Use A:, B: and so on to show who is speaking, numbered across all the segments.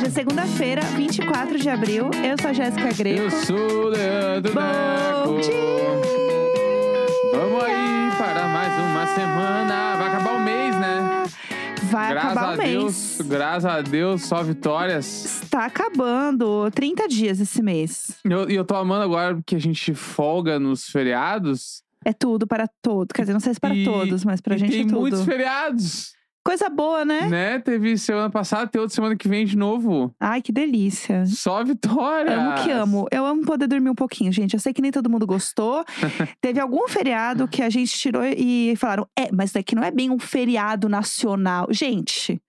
A: um é segunda-feira, 24 de abril. Eu sou a Jéssica Greco.
B: Eu sou o Leandro
A: Bom
B: Neco.
A: dia!
B: Vamos aí para mais uma semana. Vai acabar o mês, né?
A: Vai
B: graças
A: acabar
B: a
A: o mês.
B: Deus, graças a Deus, só vitórias.
A: Está acabando. 30 dias esse mês.
B: E eu, e eu tô amando agora que a gente folga nos feriados.
A: É tudo para todos. Quer dizer, não sei se para
B: E-
A: todos, mas pra
B: e
A: gente
B: tem
A: é tudo.
B: muitos feriados,
A: Coisa boa, né?
B: né? Teve semana passada, tem outra semana que vem de novo.
A: Ai, que delícia.
B: Só vitória.
A: Amo que amo. Eu amo poder dormir um pouquinho, gente. Eu sei que nem todo mundo gostou. Teve algum feriado que a gente tirou e falaram: é, mas daqui não é bem um feriado nacional. Gente,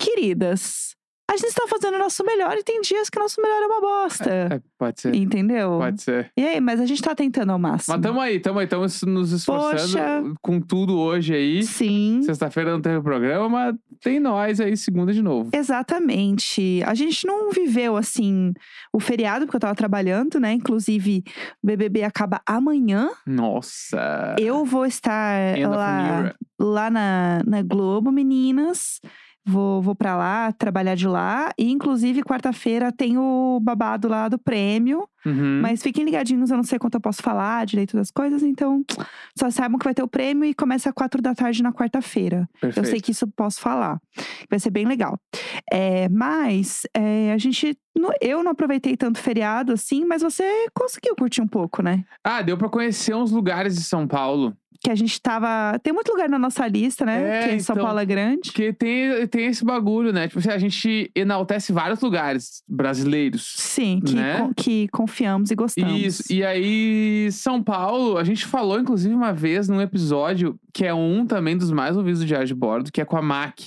A: queridas, a gente está fazendo o nosso melhor e tem dias que o nosso melhor é uma bosta.
B: É, pode ser,
A: Entendeu?
B: pode ser.
A: E aí, mas a gente tá tentando ao máximo.
B: Mas tamo aí, tamo aí, tamo nos esforçando com tudo hoje aí.
A: Sim.
B: Sexta-feira não teve programa, mas tem nós aí, segunda de novo.
A: Exatamente. A gente não viveu assim o feriado, porque eu tava trabalhando, né? Inclusive, o BBB acaba amanhã.
B: Nossa!
A: Eu vou estar
B: End of an
A: É, lá,
B: era.
A: lá na, na Globo, meninas. Vou, vou para lá, trabalhar de lá. E, inclusive, quarta-feira tem o babado lá do prêmio.
B: Uhum.
A: Mas fiquem ligadinhos, eu não sei quanto eu posso falar direito das coisas. Então, só saibam que vai ter o prêmio e começa às quatro da tarde na quarta-feira. Eu
B: Perfeito.
A: sei que isso eu posso falar. Vai ser bem legal. É, mas é, a gente. não- Eu não aproveitei tanto feriado assim, mas você conseguiu curtir um pouco, né?
B: Ah, deu pra conhecer uns lugares de São Paulo.
A: Que a gente tava. Tem muito lugar na nossa lista, né?
B: É,
A: que São
B: então.
A: Paulo é grande.
B: Porque tem, tem esse bagulho, né? Tipo assim, a gente enaltece vários lugares brasileiros.
A: Sim, que,
B: Né?
A: con- que confiamos e gostamos.
B: Isso. E aí, São Paulo, a gente falou, inclusive, uma vez num episódio que é um também dos mais ouvidos do Diário de Bordo, que é com a Mac.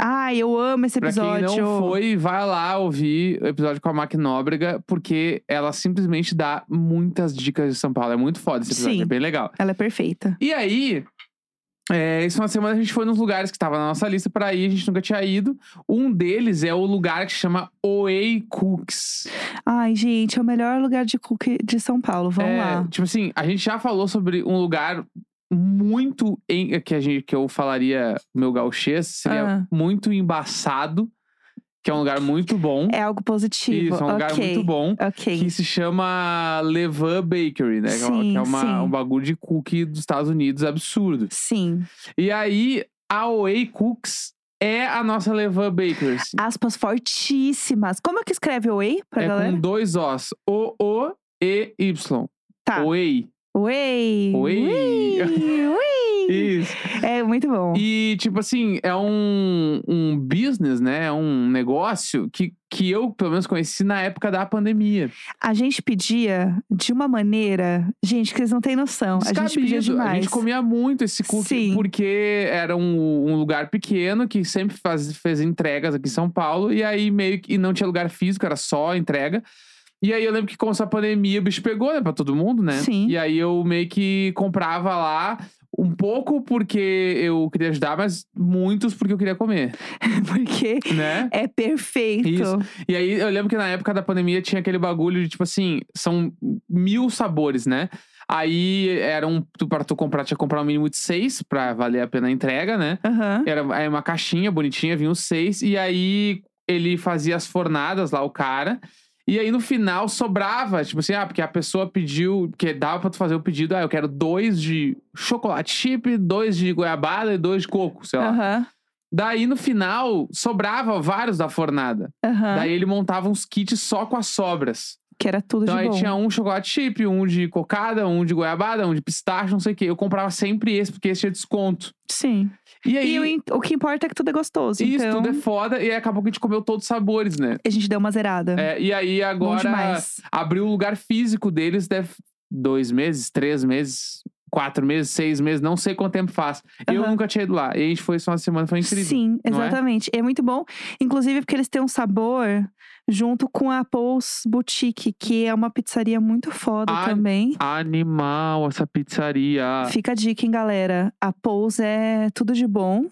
A: Ai, eu amo esse
B: Pra
A: episódio.
B: quem não foi, vai lá ouvir o episódio com a Mac Nóbrega, porque ela simplesmente dá muitas dicas de São Paulo. É muito foda esse episódio,
A: Sim.
B: é bem legal.
A: Ela é perfeita.
B: E aí, é, esse final de semana a gente foi nos lugares que tava na nossa lista pra ir, a gente nunca tinha ido. Um deles é o lugar que chama Oei Cooks.
A: Ai, gente, é o melhor lugar de cookie de São Paulo. Vamos
B: É,
A: lá.
B: Tipo assim, a gente já falou sobre um lugar muito em, que a gente que eu falaria meu gauchês seria
A: Ah.
B: muito embaçado, que é um lugar muito bom.
A: É algo positivo.
B: Isso, é um lugar
A: ok.
B: muito bom.
A: Ok.
B: Que se chama Levan Bakery, né? Que é uma-
A: Sim,
B: que é uma-
A: sim.
B: um bagulho de cookie dos Estados Unidos absurdo.
A: Sim.
B: E aí, a Away Cooks é a nossa Levan Bakery. assim.
A: Aspas fortíssimas. Como é que escreve Whey pra
B: é
A: galera?
B: com dois Os. O-O-E-Y.
A: Tá.
B: Away.
A: Whey.
B: Whey.
A: Whey.
B: Isso.
A: É muito bom.
B: E, tipo assim, é um, um business, né? É um negócio que, que eu, pelo menos, conheci na época da pandemia.
A: A gente pedia de uma maneira, gente, que vocês não têm noção. A gente pedia
B: Descabido.
A: demais.
B: A gente comia muito esse cookie,
A: Sim.
B: porque era um, um lugar pequeno que sempre faz, fez entregas aqui em São Paulo, e aí meio que e não tinha lugar físico, era só entrega. E aí eu lembro que com essa pandemia o bicho pegou, né, pra todo mundo, né?
A: Sim.
B: E aí eu meio que comprava lá. Um pouco porque eu queria ajudar, mas muitos porque eu queria comer,
A: Porque
B: né?
A: é perfeito.
B: Isso. E aí eu lembro que na época da pandemia tinha aquele bagulho de tipo assim, são mil sabores, né? Aí era um. Tu, pra tu comprar, tinha que comprar um mínimo de seis pra valer a pena a entrega, né?
A: Aham.
B: Era aí uma caixinha bonitinha, vinha os seis, e aí ele fazia as fornadas lá, o cara. E aí no final sobrava, tipo assim, ah, porque a pessoa pediu, que dava pra tu fazer o pedido, ah, eu quero dois de chocolate chip, dois de goiabada e dois de coco, sei lá.
A: Aham.
B: Daí no final sobrava vários da fornada.
A: Aham.
B: Daí ele montava uns kits só com as sobras.
A: Que era tudo
B: Então
A: de
B: aí
A: bom.
B: tinha um chocolate chip, um de cocada, um de goiabada, um de pistache, não sei o quê. Eu comprava sempre esse, porque esse tinha desconto.
A: Sim.
B: E aí,
A: E o, in- o que importa é que tudo é gostoso.
B: isso
A: então,
B: tudo é foda, e aí acabou que a gente comeu todos os sabores, né?
A: a gente deu uma zerada.
B: É, e aí
A: bom
B: agora
A: demais.
B: abriu o lugar físico deles, deve dois meses, três meses, quatro meses, seis meses, não sei quanto tempo faz. Eu
A: Aham.
B: nunca tinha ido lá. E a gente foi só uma semana, foi incrível.
A: Sim,
B: não é?
A: exatamente. É? muito bom, inclusive porque eles têm um sabor junto com a Paul's Boutique, que é uma pizzaria muito foda
B: Ah,
A: também.
B: Animal, essa pizzaria.
A: Fica a dica, hein, galera. A Paul's é tudo de bom.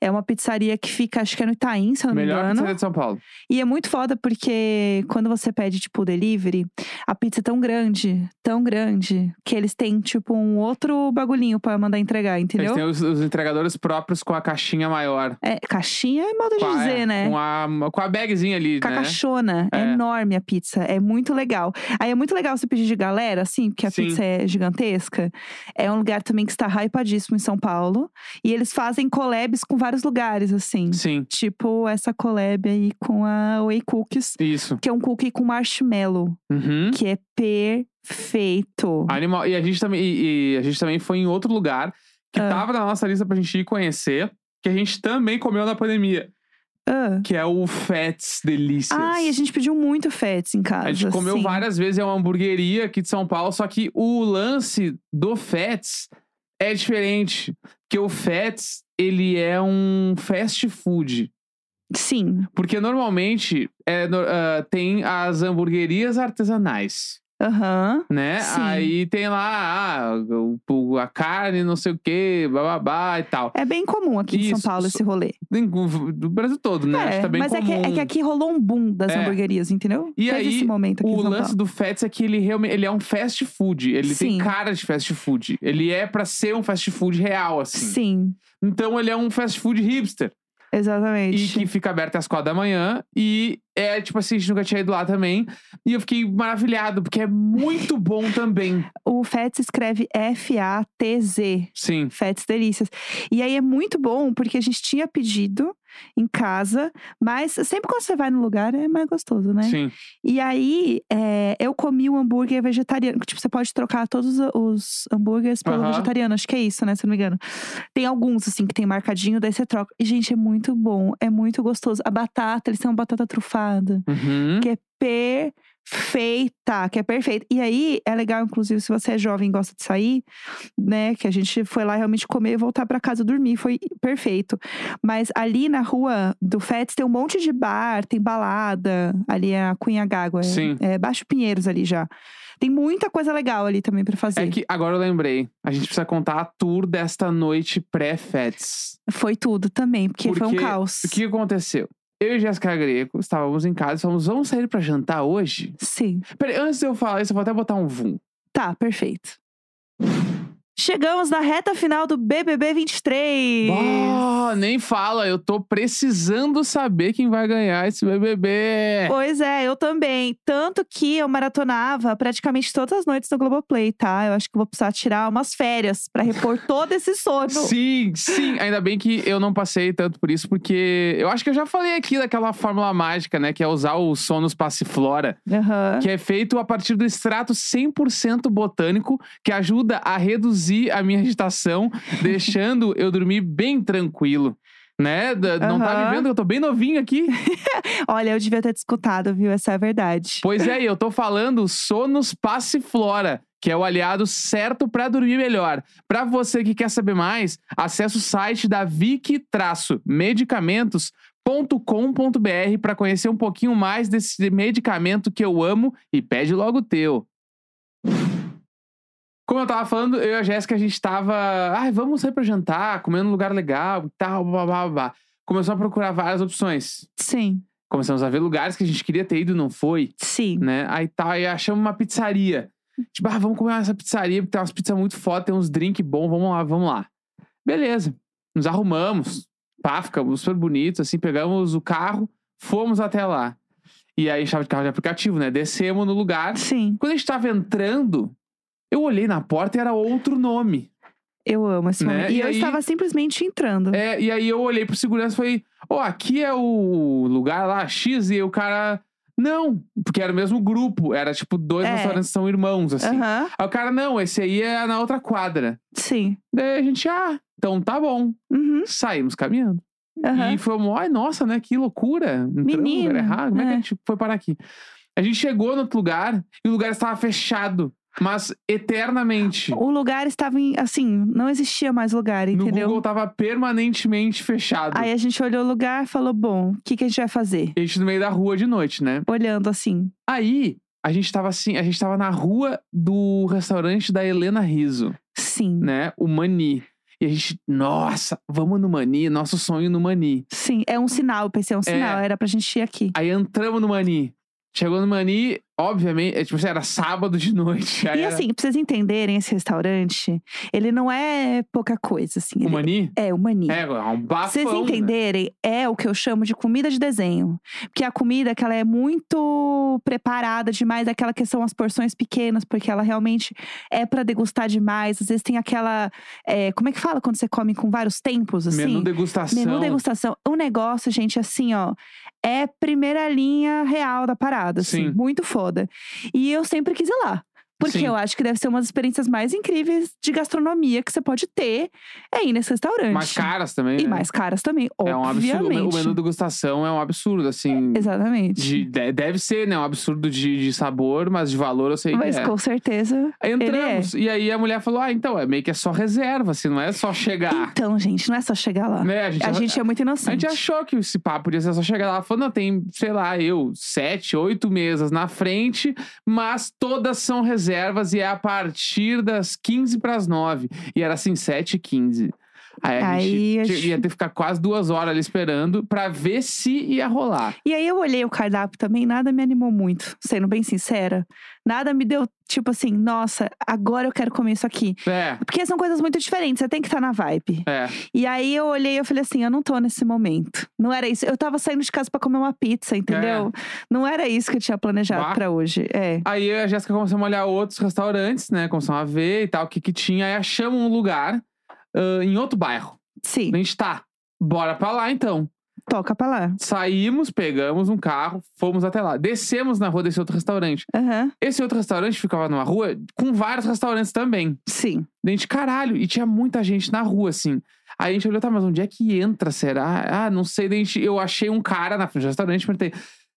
A: É uma pizzaria que fica, acho que é no Itaim, se eu não
B: Melhor
A: me engano.
B: pizzaria de São Paulo.
A: E é muito foda porque quando você pede, tipo, delivery, a pizza é tão grande, tão grande, que eles têm, tipo, um outro bagulhinho pra mandar entregar, entendeu?
B: Eles têm um os, os entregadores próprios com a caixinha maior.
A: É, caixinha é modo de
B: com a,
A: dizer,
B: é,
A: né?
B: Com a, com a bagzinha ali, né?
A: Cacachona, é.
B: É.
A: enorme a pizza, é muito legal. Aí é muito legal você pedir de galera, assim, porque a
B: Sim.
A: pizza é gigantesca. É um lugar também que está hypadíssimo em São Paulo. E eles fazem collabs com vários lugares, assim.
B: Sim,
A: Tipo essa collab aí com a Way Cookies,
B: isso.
A: que é um cookie com marshmallow.
B: Uhum.
A: que é perfeito.
B: Animal. E a gente também, e, e a gente também foi em outro lugar que
A: Ah.
B: tava na nossa lista pra gente ir conhecer, que a gente também comeu na pandemia,
A: Ah.
B: que é o Fats Delícias.
A: Ai, a gente pediu muito fats em casa.
B: A gente comeu
A: assim.
B: várias vezes, é uma hamburgueria aqui de São Paulo, só que o lance do Fats é diferente. Porque o Fats, ele é um fast food.
A: Sim.
B: Porque normalmente é, no- ah, tem as hamburguerias artesanais,
A: Aham.
B: né?
A: Sim.
B: Aí tem lá ah, o- o- a carne, não sei o quê, bababá e tal.
A: É bem comum aqui em São
B: Isso,
A: Paulo
B: so-
A: esse rolê.
B: Tem com- Do Brasil todo, né? Acho que
A: é,
B: tá bem
A: mas é que, é
B: comum.
A: que aqui rolou um boom das
B: É.
A: hamburguerias, entendeu?
B: E
A: Teve
B: aí,
A: esse momento aqui em
B: O
A: São
B: lance
A: Paulo.
B: do Fats é que ele realmente ele é um fast food. Ele
A: Sim.
B: tem cara de fast food. Ele é pra ser um fast food real, assim.
A: Sim,
B: Então ele é um fast food hipster. E
A: exatamente.
B: que fica aberto às quatro da manhã. E é tipo assim, a gente nunca tinha ido lá também. E eu fiquei maravilhado, porque é muito bom também.
A: O Fats escreve F-A-T-Z.
B: Sim.
A: Fats Delícias. E aí é muito bom, porque a gente tinha pedido em casa, mas sempre quando você vai no lugar é mais gostoso, né?
B: Sim.
A: E aí, é, eu comi um hambúrguer vegetariano. Tipo, você pode trocar todos os hambúrgueres pelo
B: Aham.
A: vegetariano. Acho que é isso, né? Se eu não me engano. Tem alguns, assim, que tem marcadinho, daí você troca. E, gente, é muito bom. É muito gostoso. A batata, eles têm uma batata trufada.
B: Uhum.
A: Que é perfeita. Que é perfeita. E aí, é legal, inclusive, se você é jovem e gosta de sair, né? Que a gente foi lá realmente comer e voltar pra casa dormir. Foi perfeito. Mas ali na rua do Fets tem um monte de bar, tem balada. Ali é a Cunha Gágua. é-
B: Sim.
A: É, Baixo Pinheiros ali já. Tem muita coisa legal ali também pra fazer.
B: É que agora eu lembrei. A gente precisa contar a tour desta noite pré-Fats.
A: Foi tudo também, porque, foi um
B: Porque
A: caos.
B: O que aconteceu? Eu e Jéssica Greco estávamos em casa e falamos: vamos sair pra jantar hoje?
A: Sim.
B: Peraí, antes de eu falar isso, eu vou até botar um vum.
A: Tá, perfeito. Chegamos na reta final do BBB 23.
B: Bah, nem fala, eu tô precisando saber quem vai ganhar esse BBB.
A: Pois é, eu também. Tanto que eu maratonava praticamente todas as noites no Globoplay, tá? Eu acho que vou precisar tirar umas férias pra repor todo esse sono.
B: Sim, sim. Ainda bem que eu não passei tanto por isso, porque eu acho que eu já falei aqui daquela fórmula mágica, né? Que é usar o Sonos Passiflora,
A: Aham.
B: que é feito a partir do extrato 100% botânico, que ajuda a reduzir a minha agitação, deixando eu dormir bem tranquilo. Né? Da- Não tá
A: Aham.
B: me vendo que eu tô bem novinho aqui?
A: Olha, eu devia ter te escutado, viu? Essa é a verdade.
B: Pois é, e eu tô falando Sonos Passiflora, que é o aliado certo pra dormir melhor. Pra você que quer saber mais, acesse o site da Vic-medicamentos.com.br para conhecer um pouquinho mais desse medicamento que eu amo e pede logo o teu. Como eu tava falando, eu e a Jéssica, a gente tava. Ai, vamos sair pra jantar, comer num lugar legal e tal, blá blá blá, blá. Começou a procurar várias opções.
A: Sim,
B: Começamos a ver lugares que a gente queria ter ido e não foi
A: sim.
B: né? Aí tá, aí achamos uma pizzaria. Tipo, ah, vamos comer essa pizzaria, porque tem umas pizzas muito foda, tem uns drinks bons, vamos lá, vamos lá. Beleza. Nos arrumamos. Pá, ficamos super bonitos, assim, pegamos o carro, fomos até lá. E aí, chave de carro de aplicativo, né? Descemos no lugar.
A: Sim,
B: Quando a gente tava entrando, eu olhei na porta e era outro nome.
A: eu amo esse
B: Né?
A: momento. E,
B: E
A: eu
B: aí-
A: estava simplesmente entrando.
B: É, e aí eu olhei pro segurança e falei, ó, aqui é o lugar lá, X, e o cara. Não, porque era o mesmo grupo, era tipo dois
A: É.
B: restaurantes que são irmãos, assim.
A: Aham,
B: Aí o cara, não, esse aí é na outra quadra.
A: sim.
B: Daí a gente, ah, então tá bom.
A: Uhum,
B: Saímos caminhando.
A: aham.
B: E foi uma, ai, nossa, né? Que loucura. Entramos no lugar
A: Menino,
B: errado. Como é que
A: é.
B: a gente foi parar aqui? A gente chegou no outro lugar e o lugar estava fechado, mas eternamente.
A: O lugar estava em, assim, não existia mais lugar,
B: No
A: entendeu?
B: Google estava permanentemente fechado.
A: Aí a gente olhou o lugar e falou: bom, o que, que a gente vai fazer?
B: A gente no meio da rua de noite, né?
A: Olhando assim.
B: Aí a gente tava assim, a gente tava na rua do restaurante da Helena Riso,
A: Sim.
B: né? O Mani. E a gente, nossa, vamos no Mani, nosso sonho no Mani.
A: Sim, é um sinal, eu pensei, é um sinal, era pra gente ir aqui.
B: Aí entramos no Mani. Chegou no Mani, obviamente, é, tipo assim, era sábado de noite. aí
A: e
B: era-
A: assim, pra vocês entenderem, esse restaurante, ele não é pouca coisa, assim.
B: o
A: ele
B: Mani?
A: É, o mani.
B: É, é um bafão.
A: Pra vocês
B: né?
A: entenderem, é o que eu chamo de comida de desenho. Porque a comida que ela é muito preparada demais, é aquela que são as porções pequenas, porque ela realmente é pra degustar demais. Às vezes tem aquela. é, como é que fala quando você come com vários tempos, assim?
B: Menu degustação.
A: Menu degustação. O negócio, gente, assim, ó. É primeira linha real da parada, assim.
B: Sim.
A: Muito foda. E eu sempre quis ir lá. Porque
B: Sim.
A: eu acho que deve ser uma das experiências mais incríveis de gastronomia que você pode ter é ir nesse restaurante.
B: Mais caras também.
A: E
B: né?
A: mais caras também,
B: É um absurdo. O me- O
A: obviamente.
B: menu degustação é um absurdo, assim.
A: Exatamente.
B: de- de- deve ser, né? Um absurdo de, de sabor, mas de valor eu sei
A: Mas
B: que é.
A: com certeza.
B: Aí entramos. E aí a mulher falou: Ah, então, é meio que é só reserva, assim, não é só chegar.
A: Então, gente, não é só chegar lá.
B: né? A gente,
A: A gente é muito
B: a gente
A: inocente.
B: achou que esse papo podia ser só chegar lá. Ela falou: Não, tem, sei lá, eu, sete, oito mesas na frente, mas todas são reservas e é a partir das 15 para as 9. E era assim, 7 e 15. Aí a
A: Aí
B: gente tinha-
A: a gente-
B: ia ter que ficar quase duas horas ali esperando pra ver se ia rolar.
A: E aí eu olhei o cardápio também, nada me animou muito, sendo bem sincera. Nada me deu, tipo assim, nossa, agora eu quero comer isso aqui.
B: É,
A: Porque são coisas muito diferentes, você tem que estar na vibe.
B: é.
A: E aí eu olhei e eu falei assim, eu não tô nesse momento. Não era isso. Eu tava saindo de casa pra comer uma pizza,
B: É.
A: entendeu? Não era isso que eu tinha planejado
B: Bah.
A: pra hoje. É.
B: Aí eu e a Jéssica começamos a olhar outros restaurantes, né? Começamos a ver e tal, o que que tinha. Aí achamos um lugar ah, em outro bairro.
A: Sim,
B: A gente tá, bora pra lá então.
A: toca pra lá.
B: Saímos, pegamos um carro, fomos até lá. Descemos na rua desse outro restaurante.
A: Aham,
B: Esse outro restaurante ficava numa rua com vários restaurantes também.
A: sim.
B: Daí A gente, caralho, e tinha muita gente na rua, assim. Aí a gente olhou, tá, mas onde é que entra, será? Ah, não sei. Daí a gente, eu achei um cara na frente do restaurante, perguntei,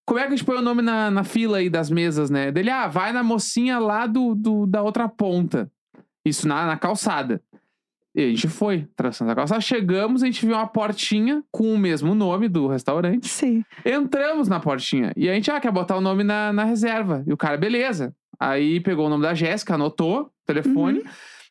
B: como é que a gente põe o nome na, na fila aí das mesas, né? Dele, ah, vai na mocinha lá do, do- da outra ponta. Isso na, na calçada. E a gente foi, traçando a calçada. Chegamos, a gente viu uma portinha com o mesmo nome do restaurante.
A: Sim.
B: Entramos na portinha. E a gente, ah, quer botar o nome na, na reserva. E o cara, beleza. Aí pegou o nome da Jéssica, anotou o telefone.
A: Uhum.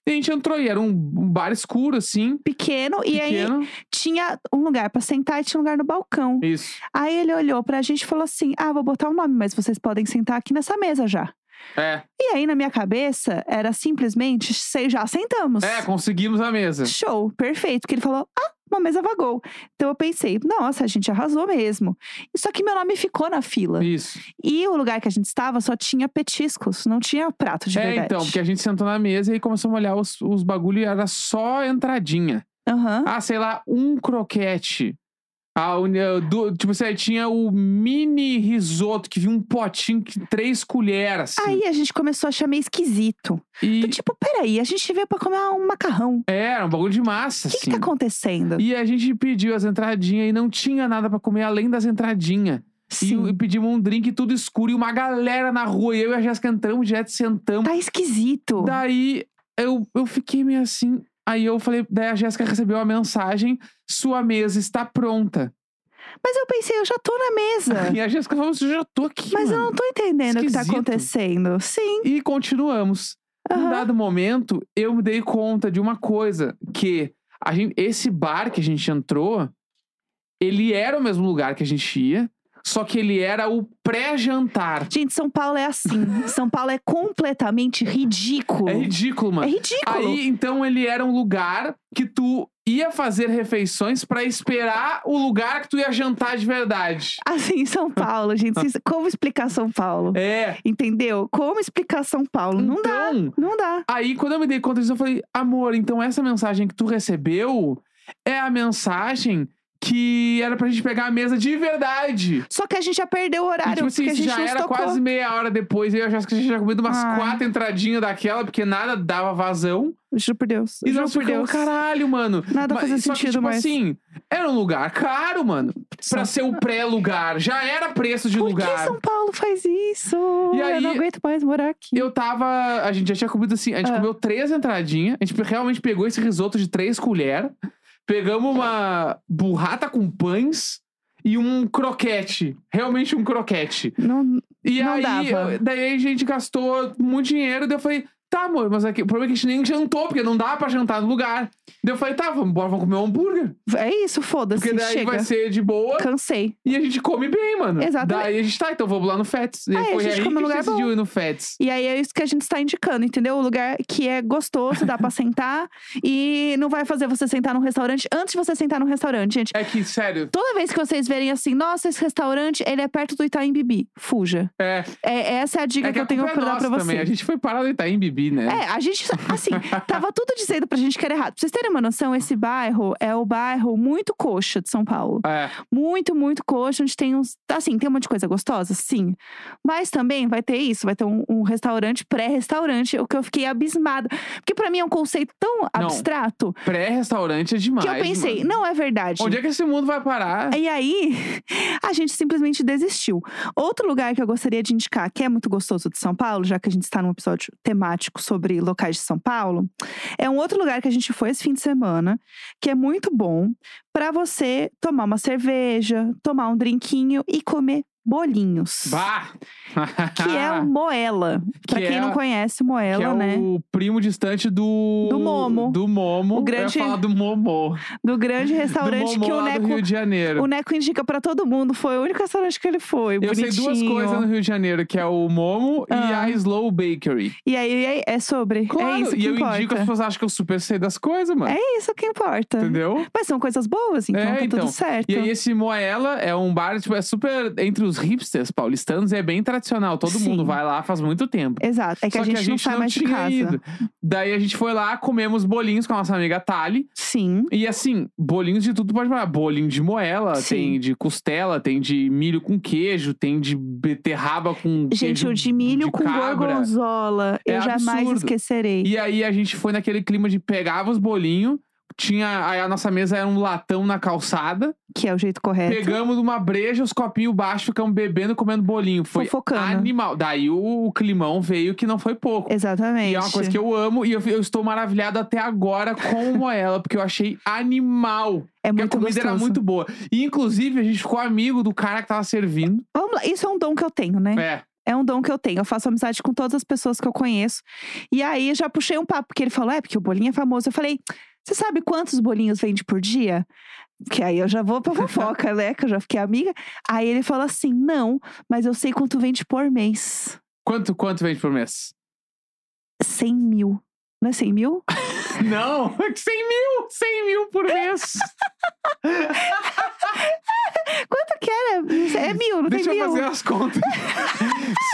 B: E a gente entrou. E era um, um bar escuro, assim,
A: Pequeno, e aí
B: pequeno.
A: tinha um lugar pra sentar e tinha um lugar no balcão.
B: Isso.
A: Aí ele olhou pra gente e falou assim: Ah, vou botar o nome, mas vocês podem sentar aqui nessa mesa já.
B: É,
A: E aí, na minha cabeça, era simplesmente, "Sei, já sentamos.
B: é, conseguimos a mesa.
A: Show, perfeito. Porque ele falou: Ah, uma mesa vagou. Então eu pensei: Nossa, a gente arrasou mesmo. Só que meu nome ficou na fila.
B: Isso.
A: E o lugar que a gente estava só tinha petiscos, não tinha prato de
B: é,
A: verdade.
B: então, porque a gente sentou na mesa e começamos a olhar os, os bagulho e era só entradinha.
A: Aham.
B: Ah, sei lá, um croquete. A uni- do, tipo, você tinha o mini risoto que vinha um potinho, que, três colheres. assim.
A: Aí a gente começou a achar meio esquisito.
B: e,
A: Então, tipo, peraí, a gente veio pra comer um macarrão.
B: É, era um bagulho de massa,
A: O que,
B: assim.
A: que tá acontecendo?
B: E a gente pediu as entradinhas e não tinha nada pra comer além das entradinhas. E,
A: Sim.
B: o- e pedimos um drink tudo escuro e uma galera na rua. E eu e a Jéssica entramos direto, sentamos.
A: Tá esquisito.
B: Daí eu, eu fiquei meio assim. Aí eu falei, daí a Jéssica recebeu a mensagem: sua mesa está pronta.
A: Mas eu pensei, eu já tô na mesa.
B: E a Jéssica falou: "Mas eu já tô aqui.
A: Mas eu
B: mano."
A: não tô entendendo o que tá
B: Esquisito.
A: acontecendo. Sim.
B: E continuamos. Num
A: aham.
B: um dado momento, eu me dei conta de uma coisa: que a gente, esse bar que a gente entrou, ele era o mesmo lugar que a gente ia, só que ele era o pré-jantar.
A: Gente, São Paulo é assim. São Paulo é completamente ridículo.
B: É ridículo,
A: É
B: mano.
A: ridículo.
B: Aí, então, ele era um lugar que tu ia fazer refeições pra esperar o lugar que tu ia jantar de verdade.
A: Assim, São Paulo, gente. se- Como explicar São Paulo?
B: É.
A: Entendeu? Como explicar São Paulo? Não dá.
B: então,
A: Não dá.
B: Aí, quando eu me dei conta disso, eu falei, amor, então essa mensagem que tu recebeu é a mensagem que era pra gente pegar a mesa de verdade.
A: Só que a gente já perdeu o
B: E,
A: horário,
B: tipo assim,
A: porque a gente
B: já
A: não se
B: era
A: tocou.
B: quase meia hora depois, eu e a Jéssica já tinha comido umas
A: Ai.
B: quatro entradinhas daquela, porque nada dava vazão.
A: Juro por Deus.
B: E
A: Juro
B: nós
A: por
B: ficamos,
A: Deus.
B: caralho, mano.
A: Nada
B: Mas-
A: fazia
B: só que,
A: sentido
B: tipo
A: mais.
B: assim, era um lugar caro, mano. Pra ser o pré-lugar. Já era preço de
A: por que
B: lugar.
A: São Paulo faz isso?
B: E
A: Eu
B: aí-
A: não aguento mais morar aqui.
B: Eu tava. A gente já tinha comido assim. A gente
A: Ah.
B: comeu três entradinhas. A gente realmente pegou esse risoto de três colheres. Pegamos uma burrata com pães e um croquete. Realmente um croquete.
A: Não...
B: E
A: Não
B: aí,
A: dava.
B: eu- daí a gente gastou muito dinheiro. Daí eu falei, Tá, amor, mas aqui, o problema é que a gente nem jantou, porque não dá pra jantar no lugar. Daí eu falei, tá, vamos embora, vamos comer um hambúrguer.
A: É isso, foda-se.
B: Porque daí
A: Chega.
B: vai ser de boa
A: Cansei.
B: e a gente come bem, mano.
A: Exatamente.
B: Daí a gente tá, então vamos lá no Fats. E
A: Ah, é, a
B: foi
A: gente
B: aí
A: come
B: que
A: num lugar
B: decidiu ir no Fats.
A: E aí é isso que a gente está indicando, entendeu? O lugar que é gostoso, dá pra sentar. E não vai fazer você sentar num restaurante antes de você sentar num restaurante, gente.
B: É que, sério,
A: Toda vez que vocês verem assim, nossa, esse restaurante, ele é perto do Itaim Bibi. Fuja.
B: é.
A: É, essa é a dica
B: é
A: que eu
B: a
A: tenho
B: culpa é
A: pra dar
B: nossa
A: pra vocês.
B: também. A gente foi parar no Itaim Bibi, né?
A: É, a gente, assim, tava tudo dizendo pra gente que era errado. Pra vocês terem uma noção, esse bairro é o bairro muito coxa de São Paulo.
B: É,
A: Muito, muito coxa, onde tem uns. Assim, tem um monte de coisa gostosa? Sim. Mas também vai ter isso, vai ter um, um restaurante, pré-restaurante, o que eu fiquei abismada. Porque pra mim é um conceito tão abstrato
B: pré-restaurante é demais.
A: que eu pensei, É
B: mano.
A: não é verdade.
B: Onde é que esse mundo vai parar?
A: E aí, a gente simplesmente desistiu. Outro lugar que eu gostaria de indicar, que é muito gostoso de São Paulo, já que a gente está num episódio temático sobre locais de São Paulo, é um outro lugar que a gente foi esse fim de semana, que é muito bom para você tomar uma cerveja, tomar um drinquinho e comer bolinhos.
B: Bah!
A: Que é o Moela. Pra
B: Que
A: quem
B: é-
A: não conhece Moela,
B: Que é
A: né?
B: o primo distante do.
A: Do Momo.
B: Do Momo.
A: O grande-
B: Eu ia falar do Momo.
A: Do grande
B: do
A: restaurante
B: Momo
A: que o
B: lá do Rio
A: Neco,
B: de Janeiro.
A: o Neco indica pra todo mundo. Foi o único restaurante que ele foi.
B: Eu sei duas
A: bonitinho.
B: coisas no Rio de Janeiro, que é o Momo e
A: Ah.
B: a Slow Bakery.
A: E aí é- é sobre. é
B: Claro,
A: isso que
B: e eu
A: importa.
B: indico, as pessoas acham que eu super sei das coisas, mano.
A: É isso que importa.
B: Entendeu?
A: Mas são coisas boas, então
B: É,
A: tá
B: então.
A: tudo certo.
B: E aí esse Moela é um bar, tipo, é super entre os hipsters paulistanos e é bem tradicional. Todo
A: Sim.
B: mundo vai lá faz muito tempo.
A: Exato. É que,
B: Só
A: a, gente não sai mais de
B: tinha
A: casa.
B: ido. Daí a gente foi lá, comemos bolinhos com a nossa amiga Tali.
A: Sim.
B: E assim, bolinhos de tudo pode parar. Bolinho de moela,
A: Sim.
B: tem de costela, tem de milho com queijo, tem de beterraba com
A: Gente,
B: queijo
A: o de milho com
B: cabra.
A: gorgonzola, eu
B: É
A: jamais
B: absurdo.
A: esquecerei.
B: E aí a gente foi naquele clima de pegava os bolinhos. Tinha, aí a nossa mesa era um latão na calçada.
A: Que é o jeito correto.
B: Pegamos uma breja, os copinhos baixos, ficamos bebendo, comendo bolinho. Foi
A: Fofocando.
B: animal. Daí o, o climão veio que não foi pouco.
A: Exatamente.
B: E é uma coisa que eu amo e eu, eu estou maravilhado até agora com o Moela, porque eu achei animal. Porque
A: é
B: a
A: muito
B: comida
A: gostoso.
B: era muito boa. E inclusive a gente ficou amigo do cara que tava servindo.
A: Vamos lá. Isso é um dom que eu tenho, né?
B: É.
A: É. um dom que eu tenho. Eu faço amizade com todas as pessoas que eu conheço. E aí já puxei um papo, porque ele falou: é, porque o bolinho é famoso. Eu falei: você sabe quantos bolinhos vende por dia? Que aí eu já vou pra fofoca, né? Que eu já fiquei amiga. Aí ele falou assim: não, mas eu sei quanto vende por mês.
B: Quanto, quanto vende por mês?
A: 100 mil. Não é 100 mil?
B: Não, 100 mil! 100 mil por mês!
A: Quanto que era? Não sei, É mil, não
B: Deixa
A: tem
B: eu
A: mil.
B: fazer as contas.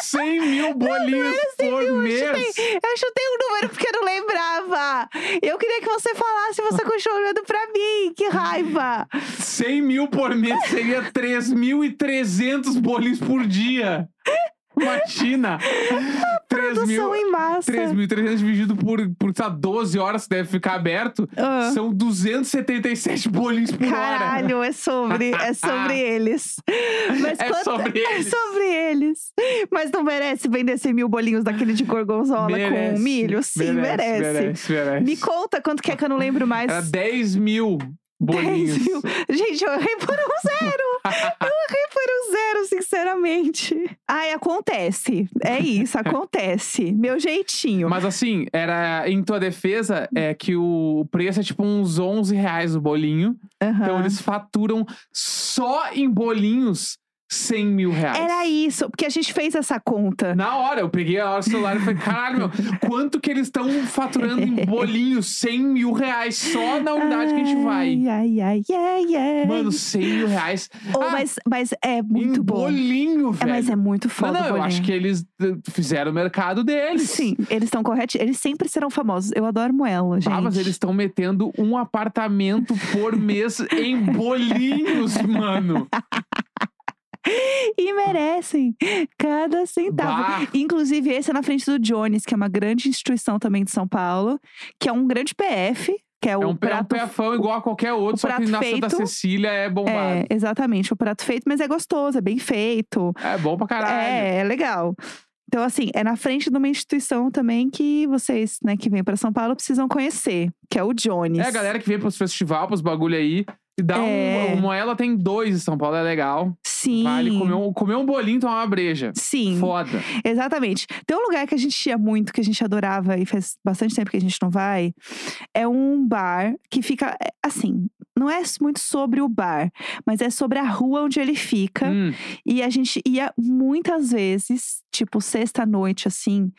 B: 100 mil bolinhos por mês!
A: é Eu chutei um número porque eu não lembrava. Eu queria que você falasse, você continuou olhando pra mim. Que raiva.
B: 100 mil por mês seria 3.300 bolinhos por dia. Imagina! 3 mil-
A: Produção é em massa.
B: 3.300 dividido por, por sei lá, 12 horas que deve ficar aberto.
A: Ah.
B: São 277 bolinhos por hora.
A: Caralho, é sobre, é sobre eles. Mas
B: É
A: quanto-
B: sobre eles.
A: É sobre eles. Mas não merece vender 100 mil bolinhos daquele de gorgonzola com um
B: Merece,
A: milho? Sim, merece.
B: Merece, merece.
A: Me conta quanto que é que eu não lembro mais.
B: Era 10 mil bolinhos.
A: 10 mil. Gente, eu errei por um zero. Eu errei por um zero, sinceramente. Ai, acontece. É isso, acontece. Meu jeitinho.
B: Mas assim, era em tua defesa é que o preço é tipo uns 11 reais o bolinho.
A: Aham.
B: Então eles faturam só em bolinhos 100 mil reais.
A: Era isso, porque a gente fez essa conta.
B: Na hora, eu peguei a hora do celular e falei, caralho, meu, quanto que eles estão faturando em bolinhos 100 mil reais só na unidade é que a gente vai?
A: Ai, ai, ai, ai, ai.
B: Mano, 100 mil reais.
A: Oh,
B: Ah,
A: mas, mas é
B: em
A: muito bom.
B: bolinho,
A: É,
B: velho.
A: mas é muito
B: Não,
A: foda.
B: não, eu
A: bolinho.
B: acho que eles eh, fizeram o mercado deles.
A: Sim, eles estão corretos. Eles sempre serão famosos. Eu adoro Moela, gente.
B: Ah, mas eles estão metendo um apartamento por mês em bolinhos, mano.
A: E merecem cada centavo.
B: Bah.
A: Inclusive, esse é na frente do Jones, que é uma grande instituição também de São Paulo, que é um grande PF, que é o
B: é um, pe- é um
A: prato.
B: peafão igual a qualquer
A: o
B: outro, só que
A: prato
B: na Santa
A: feito-
B: Cecília é bombado.
A: é, exatamente, o prato feito, mas é gostoso, é bem feito.
B: É bom pra caralho.
A: É, é legal. Então, assim, é na frente de uma instituição também que vocês, né, que vêm pra São Paulo precisam conhecer, que é o Jones.
B: É, a galera que vem pros festival, pros bagulho aí, E dá
A: É.
B: um, uma. Ela tem dois em São Paulo, é legal.
A: Sim.
B: Vale comer um, comer um bolinho e tomar uma breja.
A: Sim,
B: Foda.
A: exatamente. Tem um lugar que a gente ia muito, que a gente adorava e faz bastante tempo que a gente não vai. É um bar que fica é, assim, não é muito sobre o bar, mas é sobre a rua onde ele fica.
B: Hum,
A: E a gente ia muitas vezes, tipo sexta-noite, assim,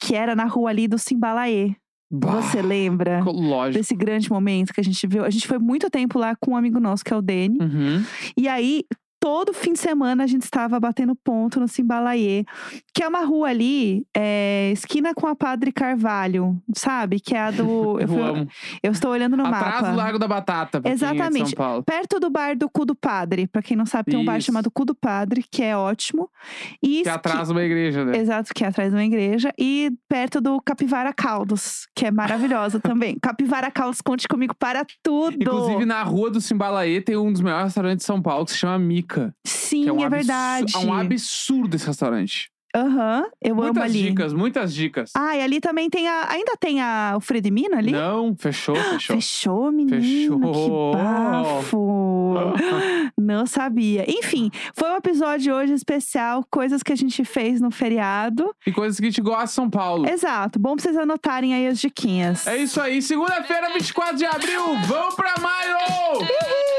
A: que era na rua ali do Simbalaê.
B: bah,
A: Você lembra?
B: Lógico.
A: Desse grande momento que a gente viu. A gente foi muito tempo lá com um amigo nosso, que é o Dene.
B: Uhum.
A: E aí, todo fim de semana, a gente estava batendo ponto no Simbalaê, que é uma rua ali, é, esquina com a Padre Carvalho, sabe? Que é a do.
B: Eu,
A: fui-
B: amo.
A: eu estou olhando no
B: Atrás
A: mapa.
B: do Largo da Batata. pra quem é de
A: Exatamente.
B: São Paulo.
A: Perto do bar do Cu do Padre. Pra quem não sabe, tem um bar
B: Isso.
A: chamado Cu do Padre, que é ótimo. E
B: Que é
A: esqui-
B: atrás de uma igreja, né?
A: Exato, que é atrás de uma igreja. E perto do Capivara Caldos, que é maravilhosa também. Capivara Caldos, conte comigo para tudo.
B: Inclusive, né, na rua do Simbalaê tem um dos melhores restaurantes de São Paulo que se chama Mica.
A: Sim,
B: que
A: é,
B: um absu-
A: verdade.
B: É um absurdo esse restaurante.
A: Aham, eu amo
B: muitas
A: ali.
B: dicas, muitas dicas.
A: Ah, e ali também tem a. Ainda tem a, o Fredimino ali? Ah,
B: Não, fechou, fechou.
A: Fechou, menino.
B: Fechou. Ah.
A: Que bafo. Não sabia. Enfim, foi um episódio hoje especial, coisas que a gente fez no feriado.
B: E coisas que a gente gosta de São Paulo.
A: Exato. Bom pra vocês anotarem aí as diquinhas.
B: É isso aí. Segunda-feira, 24 de abril. Vamos pra maio!
A: Uhul!